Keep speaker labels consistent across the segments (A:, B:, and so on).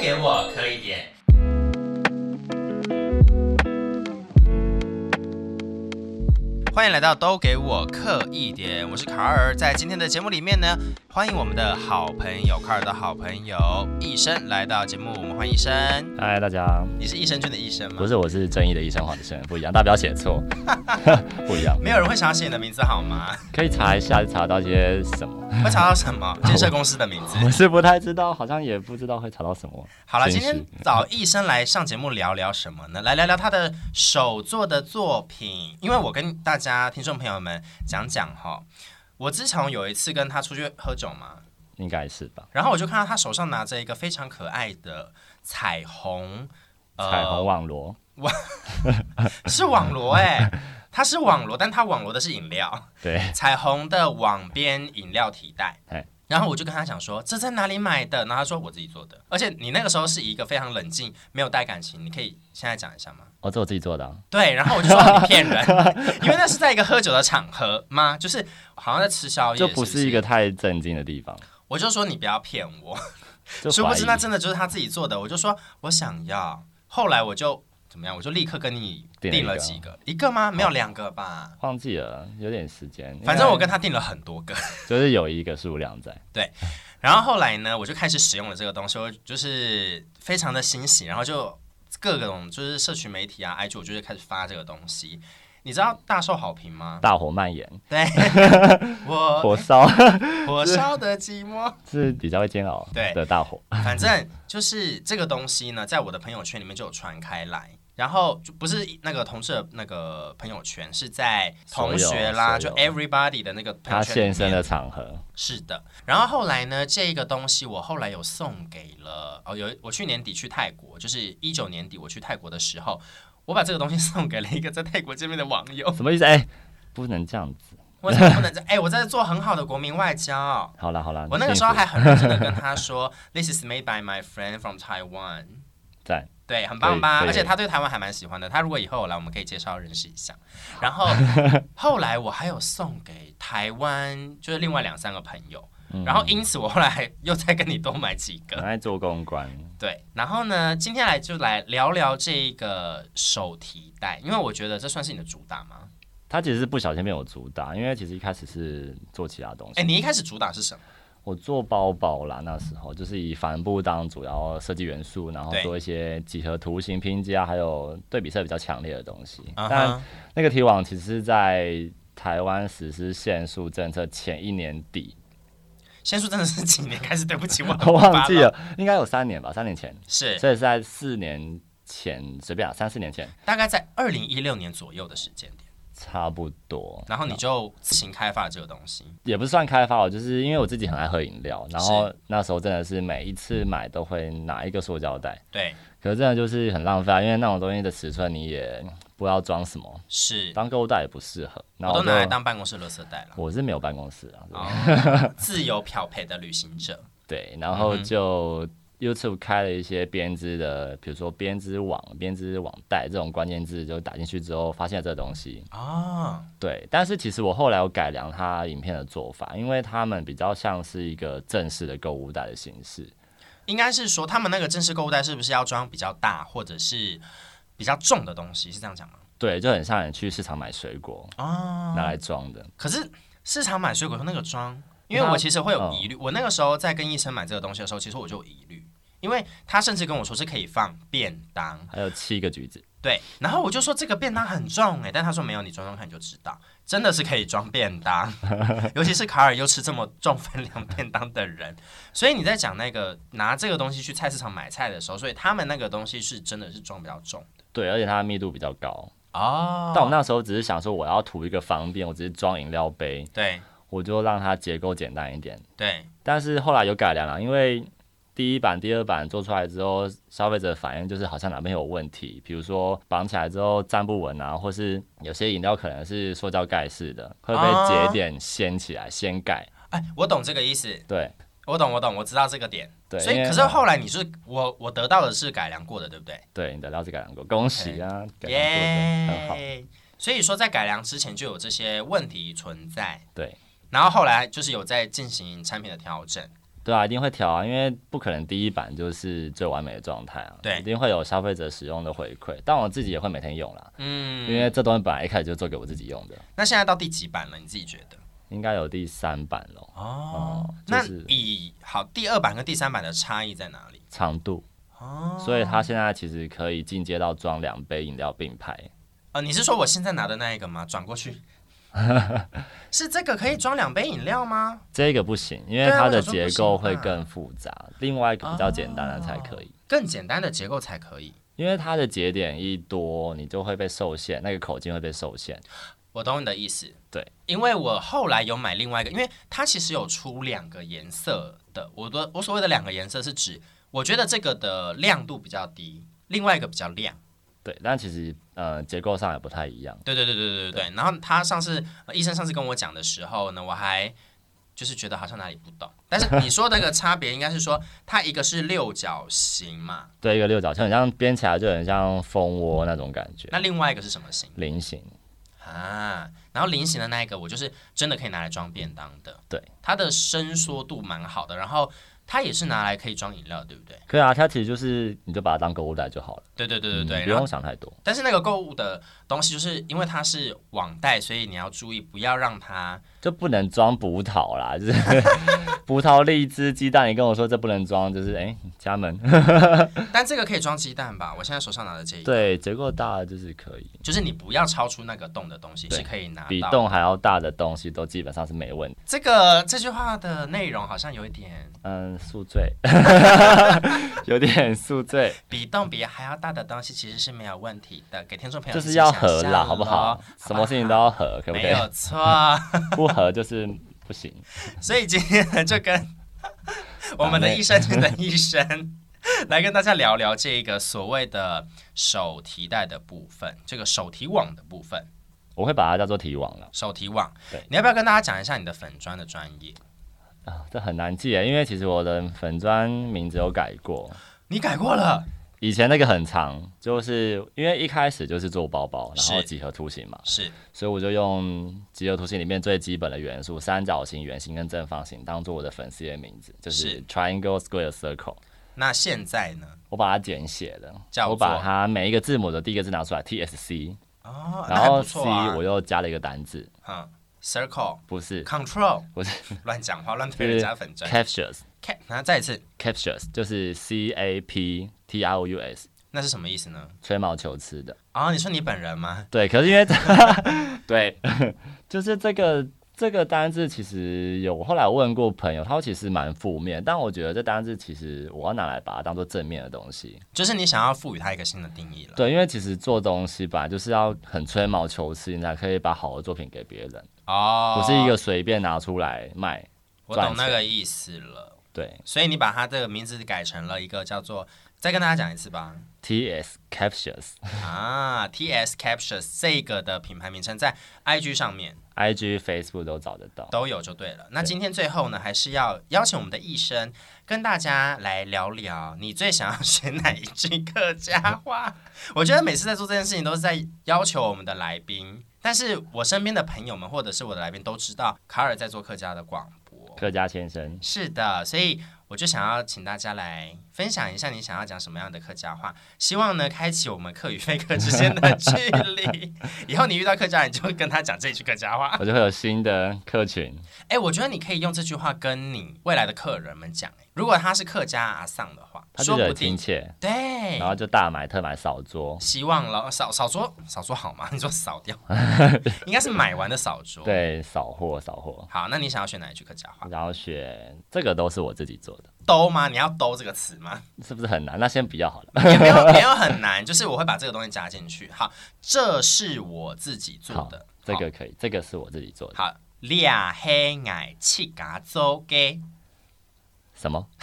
A: 给我磕一点。欢迎来到都给我刻一点，我是卡尔。在今天的节目里面呢，欢迎我们的好朋友卡尔的好朋友医生来到节目，我们欢迎医生。
B: 嗨，大家，
A: 你是益生菌的医生吗？
B: 不是，我是正义的医生黄子生，不一样，大家不要写错， 不一样，
A: 没有人会想写你的名字好 吗？
B: 可以查一下查到些什么。
A: 会查到什么？建设公司的名字。
B: 我是不太知道，好像也不知道会查到什么。
A: 好了，
B: 真
A: 今
B: 是
A: 天找医生来上节目聊聊什么呢？来聊聊他的手作的作品，因为我跟大家听众朋友们讲讲哈，我自从有一次跟他出去喝酒嘛，
B: 应该是吧？
A: 然后我就看到他手上拿着一个非常可爱的彩虹，呃
B: 彩虹 网罗，
A: 是网罗哎、它是网罗，但它网罗的是饮料，
B: 对，
A: 彩虹的网边饮料提袋
B: 哎。
A: 然后我就跟他讲说，这在哪里买的？然后他说我自己做的，而且你那个时候是一个非常冷静、没有带感情，你可以现在讲一 下吗？
B: 哦，这我自己做的、啊，
A: 对，然后我就说你骗人，因为那是在一个喝酒的场合吗？就是好像在吃宵夜，
B: 就是不是一个，太震惊的地方。
A: 我就说你不要骗我，
B: 就
A: 殊不
B: 怀
A: 知
B: 疑
A: 那真的就是他自己做的。我就说我想要，后来我就怎么样，我就立刻跟你
B: 订
A: 订
B: 了
A: 了
B: 一个
A: 几个，一个吗？没有两个吧，
B: 忘记了，有点时间。
A: 反正我
B: 应该
A: 跟他订了很多个。
B: 就是有一个数量在，
A: 然后后来呢，我就开始使用了这个东西，我就是非常的欣喜，然后就各种就是社群媒体啊、IG，我就开始发这个东西。你知道大受好评吗？
B: 大火蔓延，
A: 对，我
B: 火烧
A: 火烧的寂寞。
B: 是比较会煎熬
A: 对
B: 的大火。
A: 反正就是这个东西呢，在我的朋友圈里面就有传开来，然后就不是那个同事的那个朋友圈，是在同学啦，就
B: 所有
A: everybody 的那个朋
B: 他
A: 友圈里
B: 现
A: 面。
B: 身的场合，
A: 是的，然后后来呢，这个东西我后来有送给了哦，有我去年底去泰国，就是一九年底我去泰国的时候，我把这个东西送给了一个在泰国见面的网友。
B: 什么意思？哎、不能这样子。
A: 为什么不能这？哎，我在做很好的国民外交。
B: 好啦好啦，
A: 我那个时候
B: 幸
A: 还
B: 福
A: 很认真的跟 他说，This is made by my friend from Taiwan。
B: 赞
A: 对，很棒吧？
B: 可以可以
A: 而且他对台湾还蛮喜欢的。他如果以后有来，我们可以介绍认识一下。然 后后来我还有送给台湾，就是另外两三个朋友。
B: 嗯
A: 然后因此我后来又再跟你多买几
B: 很
A: 个。
B: 爱做公关，
A: 对，然后呢，今天来就来聊聊这个手提袋，因为我觉得这算是你的主打吗？
B: 他其实是不小心被我主打，因为其实一开始是做其他东西，
A: 哎，你一开始主打是什么？
B: 我做包包啦，那时候就是以帆布当主要设计元素，然后
A: 对
B: 做一些几何图形拼接啊，还有对比色比较强烈的东西。
A: 啊
B: 但
A: 哈，
B: 那个提网其实是在台湾实施限塑政策前一年底，
A: 先说真的是几年开始，对不起，我
B: 我忘记，了，应该有三年吧，三年前，
A: 是
B: 所以是在四年前随便啊，三四年前
A: 大概在二零一六年左右的时间点，
B: 差不多。
A: 然后你就自行开发了这个东西。
B: 也不算开发，我就是因为我自己很爱喝饮料，然后那时候真的是每一次买都会拿一个塑胶袋，
A: 对，
B: 可是真的就是很浪费啊，因为那种东西的尺寸你也嗯不知道装什么，
A: 是，
B: 当购物袋也不适合。然
A: 我
B: 后
A: 都拿来
B: 就
A: 当办公室垃圾袋了。
B: 我是没有办公室啊，对
A: 哦， 自由漂培的旅行者，
B: 对，然后就 YouTube 开了一些编织的，比如说编织网、编织网袋这种关键字，就打进去之后发现了这个东西。
A: 哦，
B: 对，但是其实我后来有改良它影片的做法，因为他们比较像是一个正式的购物袋的形式。
A: 应该是说他们那个正式购物袋是不是要装比较大或者是比较重的东西？是这样讲吗？
B: 对，就很像你去市场买水果
A: 哦，
B: 拿来装的。
A: 可是市场买水果用那个装，因为
B: 那
A: 我其实会有
B: 哦
A: 疑虑。我那个时候在跟医生买这个东西的时候，其实我就有疑虑，因为他甚至跟我说是可以放便当，
B: 还有七个橘子，
A: 对，然后我就说这个便当很重哎、但他说没有，你装装看你就知道，真的是可以装便当， 尤其是卡尔又吃这么重分量便当的人，所以你在讲那个拿这个东西去菜市场买菜的时候，所以他们那个东西是真的是装比较重
B: 对，而且它的密度比较高。
A: 哦，
B: 但我那时候只是想说，我要图一个方便，我只是装饮料杯，
A: 对
B: 我就让它结构简单一点。
A: 对，
B: 但是后来有改良了，因为第一版、第二版做出来之后，消费者反应就是好像哪边有问题，比如说绑起来之后站不稳啊，或是有些饮料可能是塑胶盖式的，会被
A: 啊
B: 节点掀起来、掀盖。
A: 哎，我懂这个意思，
B: 对
A: 我懂我懂，我知道这个点。
B: 对，
A: 所以
B: 因为
A: 可是后来你是我我得到的是改良过的，对不对？
B: 对你的料是改良过，恭喜啊，改良过的很好。
A: 耶！所以说在改良之前就有这些问题存在，
B: 对。
A: 然后后来就是有在进行产品的调整，
B: 对啊，一定会调啊，因为不可能第一版就是最完美的状态啊，
A: 对
B: 一定会有消费者使用的回馈，但我自己也会每天用啦，
A: 嗯，
B: 因为这东西本来一开始就做给我自己用的，
A: 那现在到第几版了？你自己觉得？
B: 应该有第三版咯，
A: 哦，
B: 就
A: 那
B: 是
A: 以好第二版跟第三版的差异在哪里？
B: 长度，
A: 哦，
B: 所以它现在其实可以进阶到装两杯饮料并排，
A: 呃，你是说我现在拿的那一个吗？转过 去，是这个可以装两杯饮料吗？
B: 这个不行，因为
A: 对啊
B: 它
A: 我
B: 的
A: 想说
B: 结
A: 不行
B: 构
A: 嗯
B: 会
A: 吧
B: 更复杂，另外一个比较简单的才可以。
A: 更简单的结构才可以。
B: 因为它的节点一多，你就会被受限，那个口径会被受限。
A: 我懂你的意思。
B: 对，
A: 因为我后来有买另外一个，因为它其实有出两个颜色的。我的我所谓的两个颜色是指，我觉得这个的亮度比较低，另外一个比较亮。
B: 对，但其实呃结构上也不太一样。
A: 对对对对对对对。然后他上次、呃医生上次跟我讲的时候呢，我还就是觉得好像哪里不懂。但是你说那个差别应该是说，它一个是六角形嘛，
B: 对，一个六角形，很像编起来就很像蜂窝那种感觉，
A: 那另外一个是什么形
B: 菱形。
A: 啊？然后菱形的那一个，我就是真的可以拿来装便当的。
B: 对，
A: 它的伸缩度蛮好的，然后它也是拿来可以装饮料，对不对？
B: 可以啊，它其实就是你就把它当购物袋就好了，
A: 对对对对
B: 嗯
A: 对。
B: 不
A: 然后，
B: 用想太多。
A: 但是那个购物的东西，就是因为它是网袋，所以你要注意不要让它
B: 就不能装葡萄啦， 就是葡萄、荔枝、鸡蛋，你跟我说这不能装，就是哎、家门。
A: 但这个可以装鸡蛋吧？我现在手上拿的这一个，
B: 对，结构大的就是可以，
A: 就是你不要超出那个洞的东西
B: 对
A: 是可以拿
B: 比
A: 到。
B: 洞还要大的东西都基本上是没问题。
A: 这个这句话的内容好像有一点
B: 嗯，宿醉， 有点宿醉，
A: 比洞比还要大的东西其实是没有问题的，给听众朋友
B: 就是
A: 自己
B: 要
A: 想
B: 合啦，
A: 象
B: 好不
A: 咯
B: 好？什么事情都要合，可不可
A: 没
B: 以？
A: 有错，
B: 不合就是不行。
A: 所以今天就跟 我们的医生圈的医生来跟大家聊聊这个所谓的手提袋的部分，这个手提网的部分，
B: 我会把它叫做提网了
A: 手提网
B: 对。
A: 你要不要跟大家讲一下你的粉砖的专业？
B: 啊，这很难记耶，因为其实我的粉砖名字有改过，
A: 你改过了，
B: 以前那个很长，就是因为一开始就是做包包，然后
A: 是
B: 几何图形嘛，
A: 是
B: 所以我就用几何图形里面最基本的元素——三角形、圆形跟正方形，当做我的粉丝页名字，就是是 Triangle Square Circle。
A: 那现在呢？
B: 我把它简写了，
A: 叫做
B: 我把它每一个字母的第一个字拿出来，TSC，
A: 哦，那
B: 然
A: 还
B: 后
A: 不
B: C
A: 错啊
B: 我。又加了一个单字，
A: 嗯，circle
B: 不是
A: control
B: 不是
A: 乱讲话，乱推人家粉砖。
B: captious，captious
A: Cap，然后再一次，
B: 就是 C A P T R O U S，
A: 那是什么意思呢？
B: 吹毛求疵的。
A: 哦，你说你本人吗？
B: 对，可 是因为对， 就是这个这个单字，其实有我后来问过朋友，他说其实蛮负面，但我觉得这单字其实我要拿来把它当做正面的东西。
A: 就是你想要赋予它一个新的定义了。
B: 对，因为其实做东西吧，就是要很吹毛求疵，你才可以把好的作品给别人，
A: 哦，
B: 不是一个随便拿出来卖。
A: 我懂
B: 赚钱
A: 那个意思了，
B: 对
A: 所以你把它这个名字改成了一个叫做，再跟大家讲一次吧，
B: ，T S captious
A: 啊，T S Captures 这个的品牌名称在 I G 上面
B: I G、Facebook 都找得到。
A: 都有就对了。那今天最后呢，还是要邀请我们的医生跟大家来聊聊，你最想要学哪一句客家 话？我觉得每次在做这件事情都是在要求我们的来宾，但是我身边的朋友们或者是我的来宾都知道卡尔在做客家的广播，
B: 客家先生，
A: 是的，所以我就想要请大家来分享一下你想要讲什么样的客家话，希望呢开启我们客与非客之间的距离。以后你遇到客家人，你就跟他讲这句客家话。
B: 我就会有新的客群。
A: 哎，我觉得你可以用这句话跟你未来的客人们讲，哎如果他是客家阿丧的话，
B: 他就
A: 说
B: 觉
A: 不
B: 得很亲
A: 定
B: 切，
A: 对
B: 然。后就大买特买少桌，
A: 希望了少少桌少桌好吗？你 说少 掉，应该是买完的少桌。，
B: 对，扫货扫货。
A: 好，那你想要选哪一句客家话？
B: 然后选这个都是我自己做的，
A: 兜吗？你要兜这个词吗？
B: 是不是很难？那先不要好了。
A: 也没 有没有很难，就是我会把这个东西加进去。好，这是我自己做的。
B: 这个可以，这个是我自己做的。
A: 好，俩黑矮气嘎走给。
B: 什么？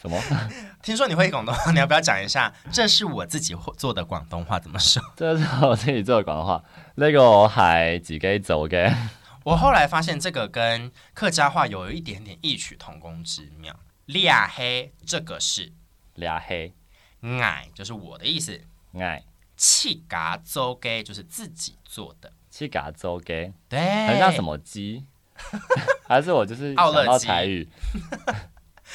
B: 什么？
A: 听说你会广东话，你 要不要讲一下？这是我自己做的广东话怎么说？
B: 这是我自己做的广东话。那个我还自己走嘅，
A: 我后来发现这个跟客家话有一点点异曲同工之妙。俩黑这个是
B: 俩黑
A: 矮，就是我的意思。
B: 爱
A: 气嘎走给就是自己做的，
B: 去嘎走嘅，
A: 对，
B: 很像什么鸡？ 还是我就是
A: 哎奥
B: 想
A: 乐
B: 到
A: 鸡
B: 台语，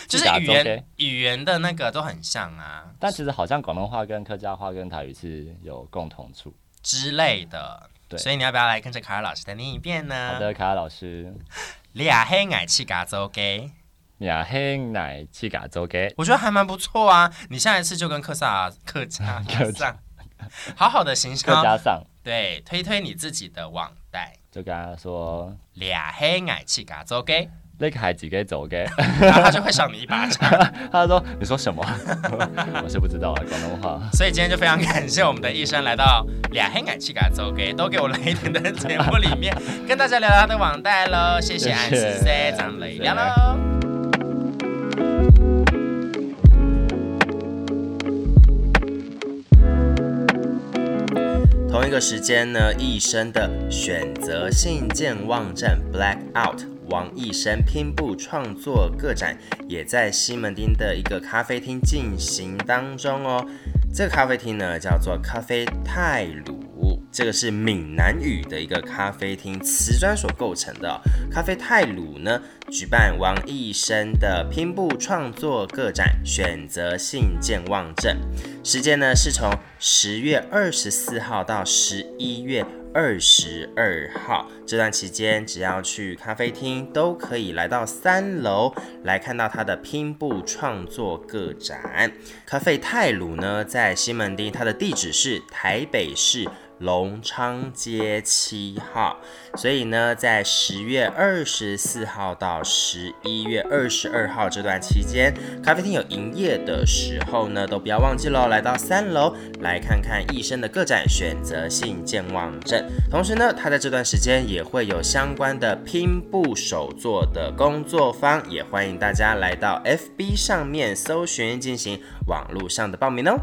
A: 就是
B: 打
A: 语
B: OK
A: 言语言的那个都很像啊
B: 但其实好像广东话跟客家话跟台语是有共同处。
A: 之类的。
B: 嗯对
A: 所以你要不要来跟着卡尔老师再念一遍呢？
B: 好的，卡拉老师，
A: 俩黑矮气嘎走给，
B: 雅黑奶气嘎周给，
A: 我觉得还蛮不错啊。你下一次就跟克萨克 家
B: 客
A: 上，好好的行
B: 客
A: 销，
B: 家上
A: 对，推推你自己的网贷。
B: 就跟他说，
A: 俩黑矮气嘎走给，
B: 那个还几给走给，
A: 然后他就会赏你一巴 掌。
B: 他说你说什么？ 我是不知道啊，广东话。
A: 所以今天就非常感谢我们的医生来到俩黑矮气嘎走给都给我来一点的节目里面，跟大家聊聊他的网贷喽。谢
B: 谢
A: 谢
B: 谢
A: 安师 C，咱们来聊
B: 谢
A: 喽。同一个时间呢，医生的选择性健忘症 （blackout） 王医生拼布创作个展也在西门町的一个咖啡厅进行当中哦。这个咖啡厅呢叫做咖啡泰鲁，这个是闽南语的一个咖啡厅，瓷砖所构成的哦、咖啡泰鲁呢举办王医生的拼布创作个展“选择性健忘症”，时间呢是从十月二十四号到十一月二十二号这段期间，只要去咖啡厅都可以来到三楼来看到他的拼布创作个展。咖啡泰鲁呢在西门町，它的地址是台北市。隆昌街七号，所以呢，在十月二十四号到十一月二十二号这段期间，咖啡厅有营业的时候呢，都不要忘记喽，来到三楼来看看医生的个展选择性健忘症。同时呢，他在这段时间也会有相关的拼布手作的工作坊，也欢迎大家来到 FB 上面搜寻进行网络上的报名哦。